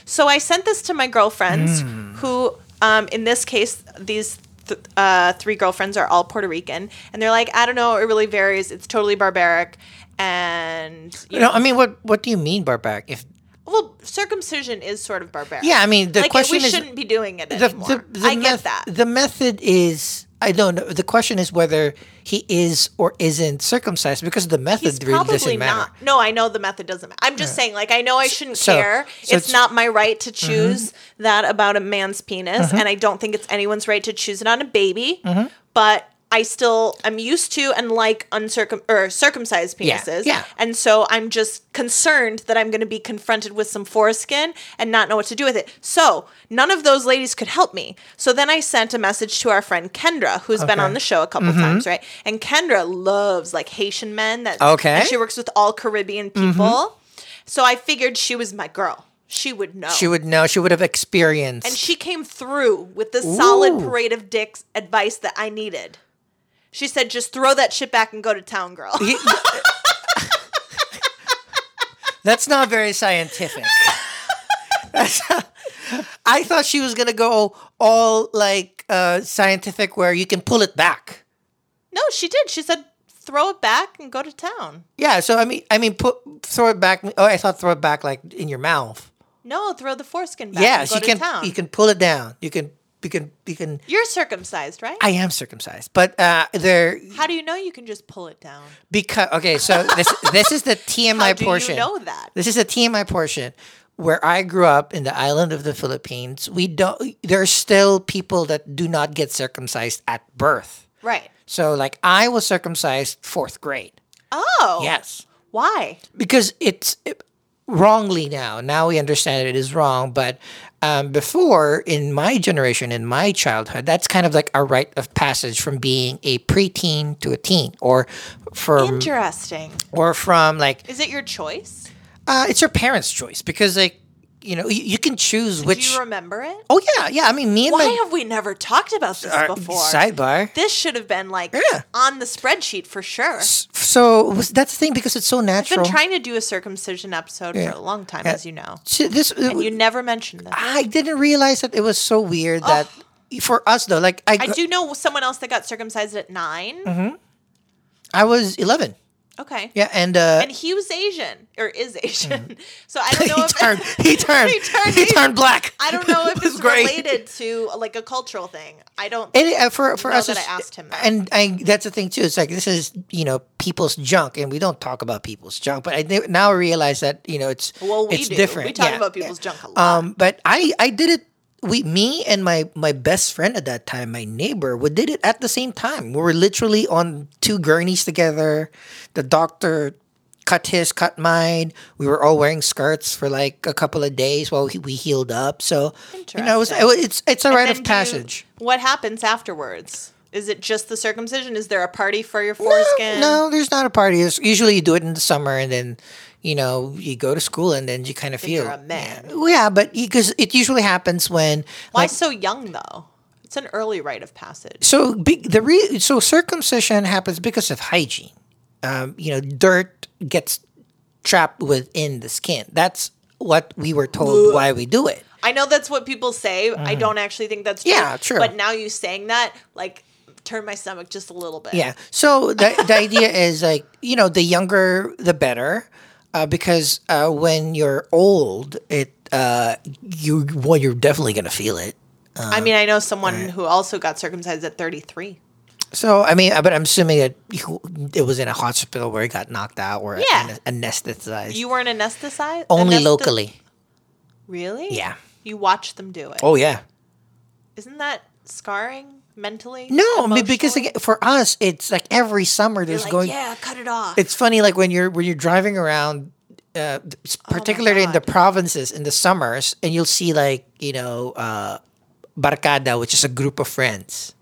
Speaker 1: So I sent this to my girlfriends,
Speaker 2: Hmm.
Speaker 1: who, um, in this case, these th- uh, three girlfriends are all Puerto Rican, and they're like, I don't know, it really varies. It's totally barbaric, and you
Speaker 2: you know, I mean, what what do you mean barbaric? If
Speaker 1: know, well, circumcision is sort of barbaric.
Speaker 2: yeah, I mean, the
Speaker 1: like it-
Speaker 2: question
Speaker 1: we
Speaker 2: is
Speaker 1: shouldn't be doing it
Speaker 2: the,
Speaker 1: anymore.
Speaker 2: the, the
Speaker 1: I get
Speaker 2: meth-
Speaker 1: that.
Speaker 2: The method is I don't know. The question is whether he is or isn't circumcised because the method
Speaker 1: He's
Speaker 2: really
Speaker 1: probably
Speaker 2: doesn't matter.
Speaker 1: not. No, I know the method doesn't matter. I'm just saying, like, I know I shouldn't
Speaker 2: so-
Speaker 1: care.
Speaker 2: so
Speaker 1: it's
Speaker 2: it's- Mm-hmm.
Speaker 1: not my right to choose that about a man's penis, and I don't think it's anyone's right to choose it on a baby.
Speaker 2: Mm-hmm.
Speaker 1: But I still am used to and like uncircum or circumcised
Speaker 2: Yeah,
Speaker 1: penises.
Speaker 2: yeah.
Speaker 1: And so I'm just concerned that I'm going to be confronted with some foreskin and not know what to do with it. So none of those ladies could help me. So then I sent a message to our friend Kendra, who's been on the show a couple
Speaker 2: Mm-hmm.
Speaker 1: times, right? And Kendra loves like Haitian men that
Speaker 2: Okay. Mm-hmm.
Speaker 1: and she works with all Caribbean people. So I figured she was my girl. She would know.
Speaker 2: She would know. She would have experienced.
Speaker 1: and she came through with the solid
Speaker 2: Ooh.
Speaker 1: parade of dicks advice that I needed. She said, just throw that shit back and go to town, girl.
Speaker 2: <laughs> That's not very scientific. <laughs> That's not- I thought she was gonna go all like uh, scientific, where you can pull it back.
Speaker 1: no, she did. She said, throw it back and go to town.
Speaker 2: Yeah. So I mean, I mean, put throw it back. Oh, I thought throw it back like in your mouth.
Speaker 1: No, throw the foreskin back
Speaker 2: yeah.
Speaker 1: and go
Speaker 2: She
Speaker 1: to
Speaker 2: can.
Speaker 1: town.
Speaker 2: You can pull it down. You can. You can. You can.
Speaker 1: You're circumcised, right?
Speaker 2: I am circumcised, but uh, they're
Speaker 1: How do you know you can just pull it down?
Speaker 2: because okay. So this
Speaker 1: <laughs>
Speaker 2: this is the TMI
Speaker 1: How do
Speaker 2: portion.
Speaker 1: you know that?
Speaker 2: This is a TMI portion. Where I grew up in the island of the Philippines, we don't. There's still people that do not get circumcised at birth.
Speaker 1: Right.
Speaker 2: So, like, I was circumcised fourth grade.
Speaker 1: Oh.
Speaker 2: Yes,
Speaker 1: Why?
Speaker 2: because it's it- wrongly now. Now we understand it is wrong, but um, before in my generation, in my childhood, that's kind of like a rite of passage from being a preteen to a teen, or from
Speaker 1: Interesting.
Speaker 2: or from like
Speaker 1: Is it your choice?
Speaker 2: Uh, it's your parents' choice because, like, you know, you, you can choose
Speaker 1: Do
Speaker 2: which.
Speaker 1: you remember it?
Speaker 2: oh yeah, yeah. I mean, me and
Speaker 1: Why
Speaker 2: my
Speaker 1: have we never talked about this
Speaker 2: uh,
Speaker 1: before?
Speaker 2: sidebar.
Speaker 1: this should have been like
Speaker 2: Yeah.
Speaker 1: on the spreadsheet for sure.
Speaker 2: So was, that's the thing because it's so
Speaker 1: I've
Speaker 2: natural.
Speaker 1: been trying to do a circumcision episode for a long time, as you know.
Speaker 2: So this,
Speaker 1: And you never mentioned this.
Speaker 2: I didn't realize that it was so weird that for us though, like I,
Speaker 1: I
Speaker 2: I,
Speaker 1: do know someone else that got circumcised at 9
Speaker 2: Mm-hmm. was eleven.
Speaker 1: Okay.
Speaker 2: Yeah, and uh,
Speaker 1: And he was Asian or is Asian. <laughs> So I don't know
Speaker 2: Mm. <laughs> he
Speaker 1: if <laughs>
Speaker 2: turned, he turned, he turned,
Speaker 1: turned Asian.
Speaker 2: black.
Speaker 1: I don't
Speaker 2: <laughs>
Speaker 1: know if
Speaker 2: was
Speaker 1: it's
Speaker 2: great.
Speaker 1: related to like a cultural thing. I don't
Speaker 2: It, uh, for for
Speaker 1: know
Speaker 2: us,
Speaker 1: that
Speaker 2: it's-
Speaker 1: I asked him that.
Speaker 2: and I, that's the thing too. It's like this is you know people's junk, and we don't talk about people's junk. But I ne- now realize that you know it's
Speaker 1: well we
Speaker 2: it's
Speaker 1: do.
Speaker 2: different.
Speaker 1: We talk
Speaker 2: Yeah,
Speaker 1: about
Speaker 2: yeah.
Speaker 1: people's junk a lot.
Speaker 2: Um, but I I did it. We, me and my my best friend at that time, my neighbor, we did it at the same time. We were literally on two gurneys together. The doctor cut his, cut mine. We were all wearing skirts for like a couple of days while we, we healed up. So you know, it was,
Speaker 1: Interesting.
Speaker 2: it's it's a rite
Speaker 1: And
Speaker 2: of
Speaker 1: do you-
Speaker 2: passage.
Speaker 1: what happens afterwards? Is it just the circumcision? Is there a party for your
Speaker 2: No,
Speaker 1: foreskin?
Speaker 2: No, there's not a party. It's, usually you do it in the summer and then, you know, you go to school and then you kind of feel.
Speaker 1: you're a man.
Speaker 2: Yeah, yeah but because it usually happens when.
Speaker 1: Why
Speaker 2: like,
Speaker 1: so young though? It's an early rite of passage.
Speaker 2: so big, the re, so circumcision happens because of hygiene. Um, you know, dirt gets trapped within the skin. That's what we were told why we do it.
Speaker 1: I know that's what people say. I don't actually think that's true.
Speaker 2: Mm. Yeah, true.
Speaker 1: But now you saying that, like, turned my stomach just a little bit.
Speaker 2: Yeah. So the,
Speaker 1: <laughs>
Speaker 2: the idea is like, you know, the younger, the better. Uh, because uh, when you're old, it uh, you well, you're definitely gonna feel it.
Speaker 1: I mean, I know someone who also got circumcised at 33.
Speaker 2: So I mean, uh, but I'm assuming that you- it was in a hospital where it got knocked out or
Speaker 1: Yeah.
Speaker 2: ana- anesthetized.
Speaker 1: You weren't anesthetized?
Speaker 2: Only
Speaker 1: anesthe-
Speaker 2: locally.
Speaker 1: Really?
Speaker 2: Yeah.
Speaker 1: You watched them do it.
Speaker 2: Oh yeah.
Speaker 1: not that scarring mentally?
Speaker 2: No, I mean, because
Speaker 1: emotionally?
Speaker 2: again, for us, it's like every summer
Speaker 1: You're
Speaker 2: there's
Speaker 1: like,
Speaker 2: going.
Speaker 1: yeah, cut it off.
Speaker 2: It's funny, like when you're when you're driving around, uh, s- particularly in the
Speaker 1: Oh God.
Speaker 2: provinces in the summers, and you'll see like you know, uh, barcada, which is a group of friends,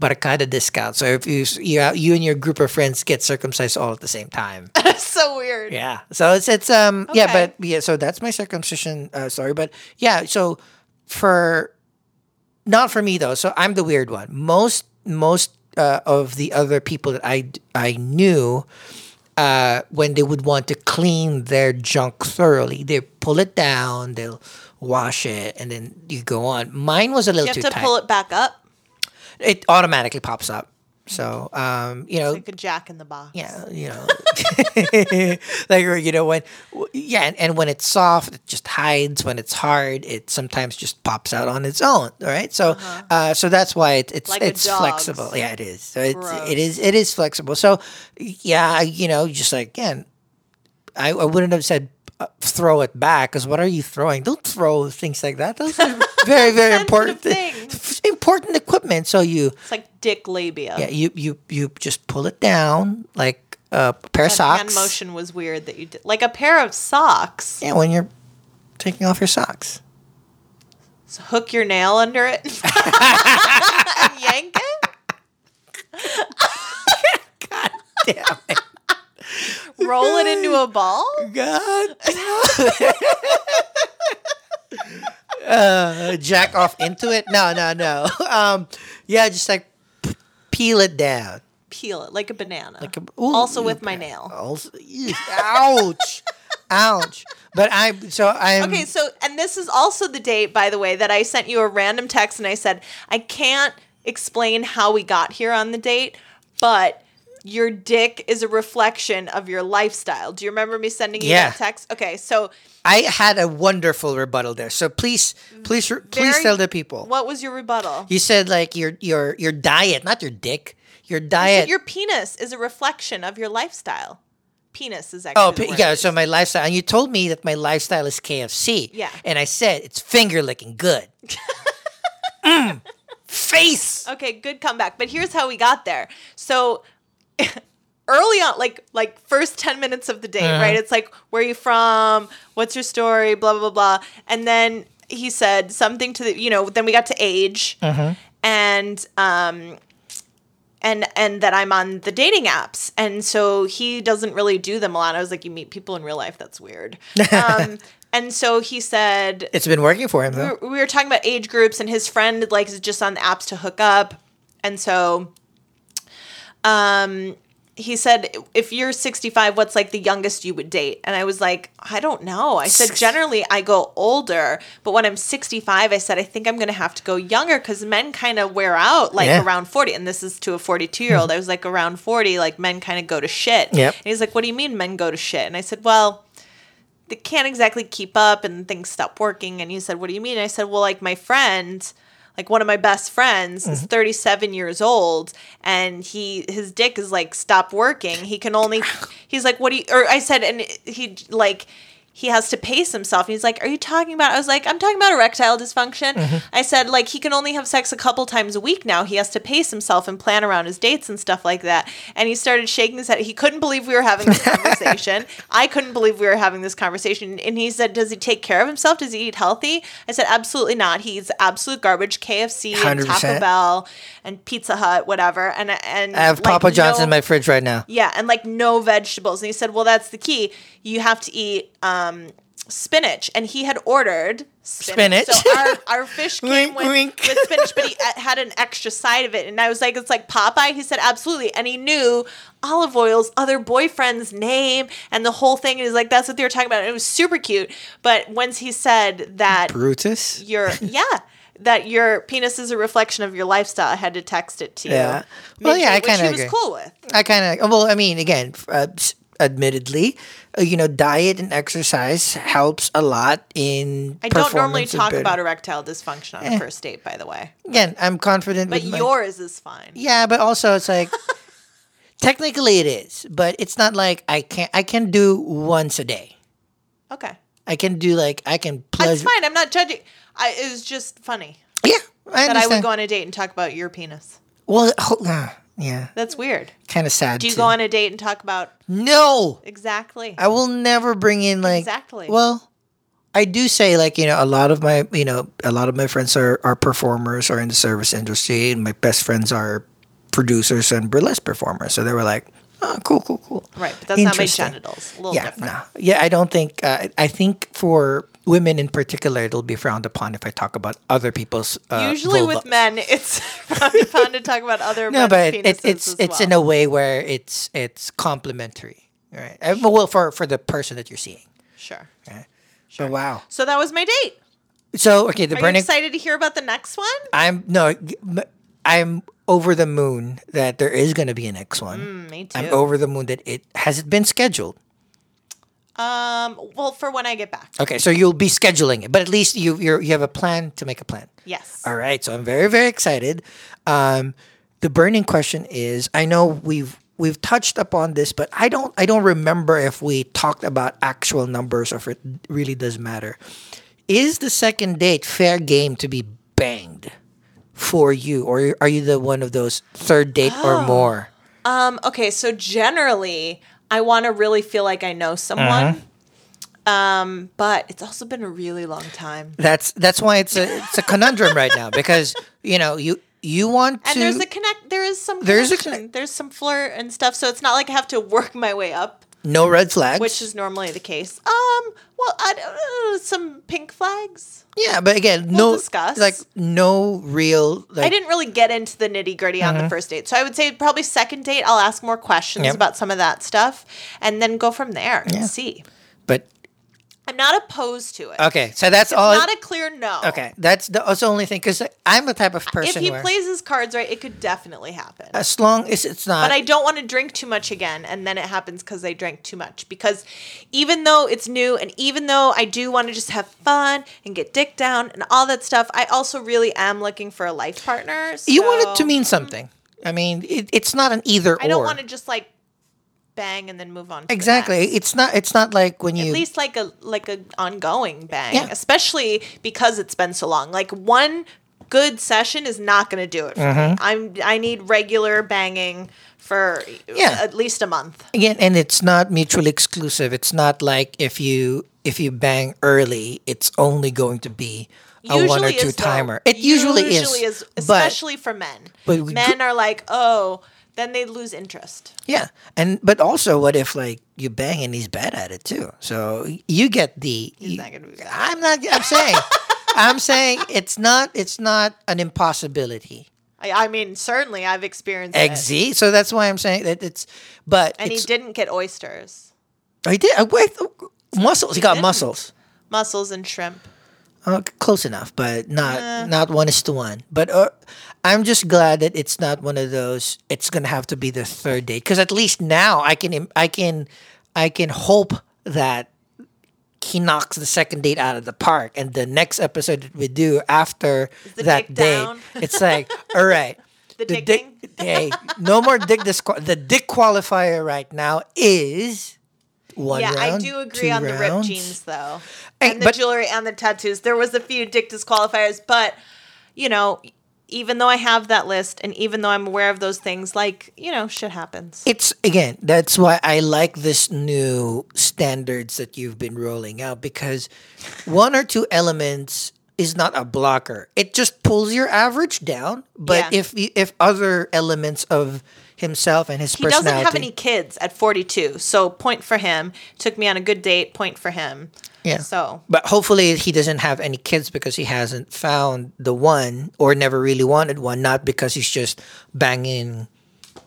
Speaker 2: barcada discount. So if you s- you you and your group of friends get circumcised all at the same time,
Speaker 1: <laughs> so weird.
Speaker 2: yeah. So it's it's um yeah,
Speaker 1: Okay.
Speaker 2: but yeah. So that's my circumcision uh, story, but yeah. So for not for me though. So I'm the weird one. Most most uh, of the other people that I I knew. Uh, when they would want to clean their junk thoroughly, they pull it down, they'll wash it, and then you go on. Mine was a little
Speaker 1: You have
Speaker 2: too
Speaker 1: to
Speaker 2: tight.
Speaker 1: pull it back up.
Speaker 2: it automatically pops up. So, um, you know,
Speaker 1: like a jack in the box.
Speaker 2: yeah, you know, like or, you know <laughs> when, w- yeah, and, and when it's soft, it just hides. When it's hard, it sometimes just pops out on its own. All right, so uh so that's why it, it's
Speaker 1: Uh-huh. Like a
Speaker 2: it's
Speaker 1: dog's.
Speaker 2: flexible. Yeah, it is. So it's
Speaker 1: Gross.
Speaker 2: it is it is flexible. So yeah, you know, just like again, I, I wouldn't have said. Uh, throw it back because what are you throwing? Don't throw things like that.
Speaker 1: <laughs>
Speaker 2: Those are very, very important, thi-
Speaker 1: things.
Speaker 2: important equipment. So you
Speaker 1: It's like dick labia.
Speaker 2: yeah, you you you just pull it down like a pair of
Speaker 1: That
Speaker 2: socks.
Speaker 1: hand motion was weird that you did. Like a pair of socks.
Speaker 2: Yeah, when you're taking off your socks.
Speaker 1: So hook your nail under it and <laughs> yank it.
Speaker 2: God damn it!
Speaker 1: Roll it into a ball. <laughs>
Speaker 2: God. uh, jack off into it? No, no, no. Um, yeah, just like p- peel it down.
Speaker 1: Peel it like a banana.
Speaker 2: Like a- ooh,
Speaker 1: also
Speaker 2: you
Speaker 1: with my
Speaker 2: ba-
Speaker 1: nail.
Speaker 2: Also, ew, ouch, ouch. But I so I'm
Speaker 1: Okay, so and this is also the date, by the way, that I sent you a random text and I said, I can't explain how we got here on the date, but your dick is a reflection of your lifestyle. Do you remember me sending you
Speaker 2: Yeah.
Speaker 1: that text? Okay, so
Speaker 2: I had a wonderful rebuttal there. So please, please, re- please
Speaker 1: Very-
Speaker 2: tell the people.
Speaker 1: what was your rebuttal?
Speaker 2: You said like your your your diet, not your dick. Your
Speaker 1: But
Speaker 2: diet.
Speaker 1: your penis is a reflection of your lifestyle. Penis is actually.
Speaker 2: oh,
Speaker 1: the
Speaker 2: p-
Speaker 1: word.
Speaker 2: yeah. So my lifestyle, and you told me that my lifestyle is KFC.
Speaker 1: Yeah.
Speaker 2: And I said it's finger
Speaker 1: <laughs>
Speaker 2: licking good. Mm, face.
Speaker 1: Okay, good comeback. But here's how we got there. So <laughs> early on, like like first ten minutes of the date, right? It's like, where are you from? What's your story? Blah blah blah. And then he said something to the, you know. Then we got to age, and um, and and that I'm on the dating apps, and so he doesn't really do them a lot. I was like, you meet people in real life. That's weird. Um, and so he said,
Speaker 2: It's been working for him
Speaker 1: we
Speaker 2: though.
Speaker 1: were, we were talking about age groups and his friend like is just on the apps to hook up and so um he said if you're 65 what's like the youngest you would date and i was like i don't know i said generally i go older but when i'm 65 i said i think i'm going to have to go younger because men kind of wear out like
Speaker 2: Yeah.
Speaker 1: around 40 and this is to a 42 year old i was like around 40 like men kind of go to shit
Speaker 2: Yep.
Speaker 1: and he's like what do you mean men go to shit and i said well they can't exactly keep up and things stop working. And you said, What do you mean? I said, Well, like my friend, like one of my best friends is 37 years old and he his dick is like stop working. He can only he's like, What do you or I said and he like he has to pace himself. And he's like, Are you talking about? I was like, I'm talking about erectile dysfunction.
Speaker 2: Mm-hmm.
Speaker 1: I said, like, he can only have sex a couple times a week now. He has to pace himself and plan around his dates and stuff like that. And he started shaking his head. He couldn't believe we were having
Speaker 2: <laughs>
Speaker 1: this conversation. I couldn't believe we were having this conversation. And he said, Does he take care of himself? Does he eat healthy? I said, Absolutely not. He's absolute garbage. KFC and Taco
Speaker 2: 100%.
Speaker 1: Bell and Pizza Hut, whatever. And and
Speaker 2: I have Papa John's
Speaker 1: no-
Speaker 2: in my fridge right now.
Speaker 1: yeah, and like no vegetables. And he said, "Well, that's the key. You have to eat um, spinach." And he had ordered spinach.
Speaker 2: Spinach.
Speaker 1: So our, our fish came
Speaker 2: Wink,
Speaker 1: with,
Speaker 2: wink.
Speaker 1: with spinach, but he a- had an extra side of it. And I was like, "It's like Popeye." He said, "Absolutely." And he knew olive oil's other boyfriend's name and the whole thing. And he's like, "That's what they were talking about." And it was super cute. But once he said that
Speaker 2: Brutus.
Speaker 1: your yeah. That your penis is a reflection of your lifestyle. I had to text it to you.
Speaker 2: Yeah. Well,
Speaker 1: Make
Speaker 2: yeah,
Speaker 1: sure-
Speaker 2: I
Speaker 1: which
Speaker 2: kinda
Speaker 1: he was
Speaker 2: agree.
Speaker 1: cool with.
Speaker 2: I kind of well, I mean, again, f- uh, s- admittedly, uh, you know, diet and exercise helps a lot in.
Speaker 1: I don't normally
Speaker 2: performance of
Speaker 1: talk
Speaker 2: bed-
Speaker 1: about erectile dysfunction on a first date, by the way.
Speaker 2: Again, I'm confident.
Speaker 1: But
Speaker 2: with my-
Speaker 1: yours is fine.
Speaker 2: Yeah, but also
Speaker 1: <laughs>
Speaker 2: it's like technically it is, but it's not like I can I can do once a day.
Speaker 1: Okay.
Speaker 2: I can do like I can
Speaker 1: That's
Speaker 2: pleasure.
Speaker 1: fine. I'm not judging. I, it was just funny
Speaker 2: Yeah, I
Speaker 1: that I would
Speaker 2: understand.
Speaker 1: go on a date and talk about your penis.
Speaker 2: well, hold on. Yeah,
Speaker 1: That's weird.
Speaker 2: kind of sad.
Speaker 1: Do you
Speaker 2: Mm. too. Uh,
Speaker 1: go on a date and talk about
Speaker 2: No,
Speaker 1: exactly?
Speaker 2: I will never bring in like
Speaker 1: Exactly.
Speaker 2: Well, I do say like you know a lot of my you know a lot of my friends are are performers or in the service industry, and my best friends are producers and burlesque performers. So they were like, oh, cool, cool, cool.
Speaker 1: right. But that's not my
Speaker 2: Interesting.
Speaker 1: genitals. A little
Speaker 2: yeah,
Speaker 1: different.
Speaker 2: no. Yeah, I don't think. Uh, I think for women in particular, it'll be frowned upon if I talk about other people's. Uh,
Speaker 1: Usually
Speaker 2: vulva.
Speaker 1: with men, it's <laughs> probably fun to talk about other men's
Speaker 2: No, but
Speaker 1: penises
Speaker 2: it, it's
Speaker 1: as
Speaker 2: it's
Speaker 1: well.
Speaker 2: in a way where it's it's complimentary, right? Uh, Well, for for the person that you're seeing.
Speaker 1: sure.
Speaker 2: Sure. But wow.
Speaker 1: So that was my date.
Speaker 2: So okay, the
Speaker 1: Are you
Speaker 2: burning.
Speaker 1: excited to hear about the next one?
Speaker 2: I'm no. g- m- I'm over the moon that there is going to be an X one.
Speaker 1: Mm, Me too.
Speaker 2: I'm over the moon that it has it been scheduled.
Speaker 1: um, well, for when I get back.
Speaker 2: Okay, so you'll be scheduling it, but at least you you're, you have a plan to make a plan.
Speaker 1: Yes.
Speaker 2: All right, so I'm very very excited. Um, the burning question is: I know we've we've touched upon this, but I don't I don't remember if we talked about actual numbers or if it really does matter. Is the second date fair game to be banged for you, or are you the one of those third date
Speaker 1: Oh.
Speaker 2: or more?
Speaker 1: Um, okay, so generally, I want to really feel like I know someone.
Speaker 2: Uh-huh.
Speaker 1: Um, but it's also been a really long time.
Speaker 2: That's that's why it's a it's a conundrum right now because you know you you want
Speaker 1: And
Speaker 2: to
Speaker 1: there's a connect. There is some.
Speaker 2: There's a
Speaker 1: connection. There's some flirt and stuff. So it's not like I have to work my way up,
Speaker 2: no red flags.
Speaker 1: which is normally the case. Um. Well, I don't know, some pink flags.
Speaker 2: yeah, but again, no
Speaker 1: discuss.
Speaker 2: like no real like Uh-huh.
Speaker 1: I didn't really get into the nitty gritty on the first date, so I would say probably second date. I'll ask more questions
Speaker 2: Yep.
Speaker 1: about some of that stuff, and then go from there and see.
Speaker 2: but
Speaker 1: I'm not opposed to it.
Speaker 2: okay, so that's all
Speaker 1: Not a clear no.
Speaker 2: okay, that's the, that's the only thing cuz I'm the type of
Speaker 1: if
Speaker 2: person
Speaker 1: he
Speaker 2: where
Speaker 1: plays his cards right, it could definitely happen.
Speaker 2: as long as it's not
Speaker 1: but I don't want to drink too much again, and then it happens because I drank too much. Because even though it's new, and even though I do want to just have fun and get dick down and all that stuff, I also really am looking for a life partner.
Speaker 2: you want it to
Speaker 1: so
Speaker 2: mean something. I mean, it, it's not an either
Speaker 1: I don't
Speaker 2: or.
Speaker 1: want to just like bang and then move on. To the
Speaker 2: exactly.
Speaker 1: next.
Speaker 2: It's not it's not like when you
Speaker 1: At least like a like a ongoing bang,
Speaker 2: Yeah.
Speaker 1: especially because it's been so long. Like one good session is not going to do it for
Speaker 2: Mm-hmm.
Speaker 1: me. I'm I need regular banging for
Speaker 2: Yeah.
Speaker 1: at least a month.
Speaker 2: again and it's not mutually exclusive. It's not like if you if you bang early, it's only going to be a one or
Speaker 1: Usually
Speaker 2: two
Speaker 1: is, though.
Speaker 2: timer. It usually,
Speaker 1: is,
Speaker 2: but
Speaker 1: especially for men.
Speaker 2: but we
Speaker 1: men are like, oh, then they lose interest.
Speaker 2: Yeah, and but also, what if like you bang and he's bad at it too? So you get the. you-
Speaker 1: not gonna be good.
Speaker 2: I'm not.
Speaker 1: <laughs>
Speaker 2: I'm saying. I'm saying it's not. It's not an impossibility.
Speaker 1: I, I mean, certainly I've experienced it.
Speaker 2: Exe. So that's why I'm saying that it's. But
Speaker 1: And he
Speaker 2: it's,
Speaker 1: didn't get oysters,
Speaker 2: I did. I, wait, muscles. He got muscles.
Speaker 1: mussels, and shrimp.
Speaker 2: Uh, close enough, but not not one is to one. But uh, I'm just glad that it's not one of those. It's gonna have to be the third date because at least now I can im- I can I can hope that he knocks the second date out of the park, and the next episode that we do after
Speaker 1: the
Speaker 2: that
Speaker 1: dick
Speaker 2: date,
Speaker 1: down? <laughs>
Speaker 2: it's like all right.
Speaker 1: The
Speaker 2: dick,
Speaker 1: dicking?
Speaker 2: <laughs> hey, no more dick disqual. The dick qualifier right now is one
Speaker 1: Yeah, I
Speaker 2: round,
Speaker 1: do
Speaker 2: two
Speaker 1: agree on the ripped
Speaker 2: rounds.
Speaker 1: jeans though,
Speaker 2: Hey,
Speaker 1: and the
Speaker 2: but-
Speaker 1: jewelry and the tattoos. There was a few dick disqualifiers, but you know, even though I have that list, and even though I'm aware of those things, like you know, shit happens.
Speaker 2: It's again, that's why I like this new standards that you've been rolling out because one or two elements is not a blocker. It just pulls your average down, but
Speaker 1: Yeah.
Speaker 2: if if other elements of himself and his
Speaker 1: He
Speaker 2: personality
Speaker 1: doesn't have any kids at 42, so point for him. Took me on a good date, point for him.
Speaker 2: Yeah.
Speaker 1: So
Speaker 2: But hopefully he doesn't have any kids because he hasn't found the one or never really wanted one, not because he's just banging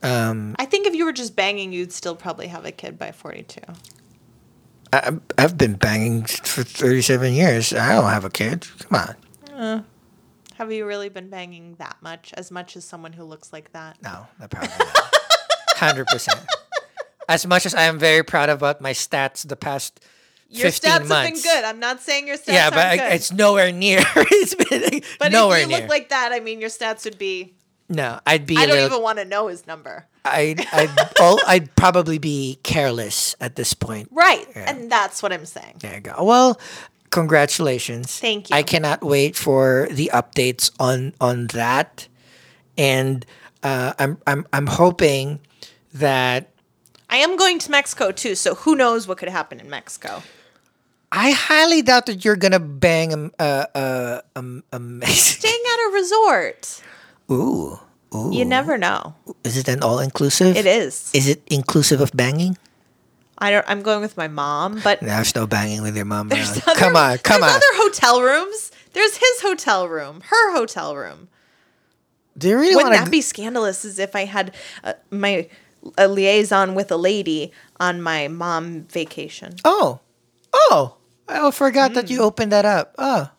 Speaker 1: I think if you were just banging, you'd still probably have a kid by 42.
Speaker 2: I, I've been banging for 37 years. I don't have a kid. Come on.
Speaker 1: Have you really been banging that much, as much as someone who looks like that?
Speaker 2: No, that probably not. <laughs> Hundred percent. As much as I am very proud about my stats the past
Speaker 1: Your
Speaker 2: fifteen
Speaker 1: stats have been
Speaker 2: months.
Speaker 1: good. I'm not saying your stats
Speaker 2: yeah, but
Speaker 1: aren't
Speaker 2: I-
Speaker 1: good.
Speaker 2: it's nowhere near. <laughs> it's been
Speaker 1: but
Speaker 2: nowhere
Speaker 1: if you
Speaker 2: near.
Speaker 1: look like that, I mean, your stats would be.
Speaker 2: no, I'd be.
Speaker 1: I
Speaker 2: I
Speaker 1: don't even want to know his number.
Speaker 2: I'd, I'd, oh, I'd probably be careless at this point.
Speaker 1: Right. And that's what I'm saying.
Speaker 2: There you go. Well, congratulations.
Speaker 1: Thank
Speaker 2: I
Speaker 1: you.
Speaker 2: cannot wait for the updates on on that, and uh, I'm I'm I'm hoping that
Speaker 1: I am going to Mexico too, so who knows what could happen in Mexico.
Speaker 2: I highly doubt that you're gonna bang a a a, a,
Speaker 1: <laughs>
Speaker 2: a Mexican.
Speaker 1: Staying at a resort.
Speaker 2: Ooh, ooh.
Speaker 1: You never know.
Speaker 2: Is it an all inclusive?
Speaker 1: It is.
Speaker 2: Is it inclusive of banging?
Speaker 1: I don't. I'm going with my mom, but
Speaker 2: There's no banging with your mom.
Speaker 1: there's
Speaker 2: around.
Speaker 1: other-
Speaker 2: come on, come on,
Speaker 1: There's other hotel rooms. There's his hotel room, her hotel room.
Speaker 2: Do you really
Speaker 1: Wouldn't
Speaker 2: want
Speaker 1: that
Speaker 2: to?
Speaker 1: be scandalous? As if I had uh, my a liaison with a lady on my mom vacation. Mm.
Speaker 2: oh, oh, I forgot that you opened that up. Oh,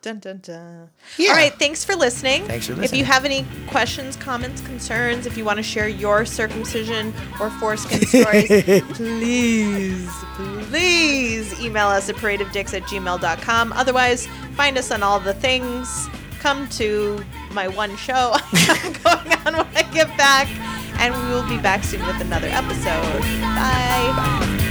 Speaker 1: Dun, dun, dun.
Speaker 2: Yeah.
Speaker 1: All right. Thanks for listening.
Speaker 2: Thanks for
Speaker 1: If
Speaker 2: listening.
Speaker 1: you have any questions, comments, concerns, if you want to share your circumcision or foreskin
Speaker 2: <laughs>
Speaker 1: stories, please, please email us at paradeofdicks at gmail.com. Otherwise, find us on all the things. Come to my one show <laughs> I'm going on when I get back. And we will be back soon with another episode. Bye.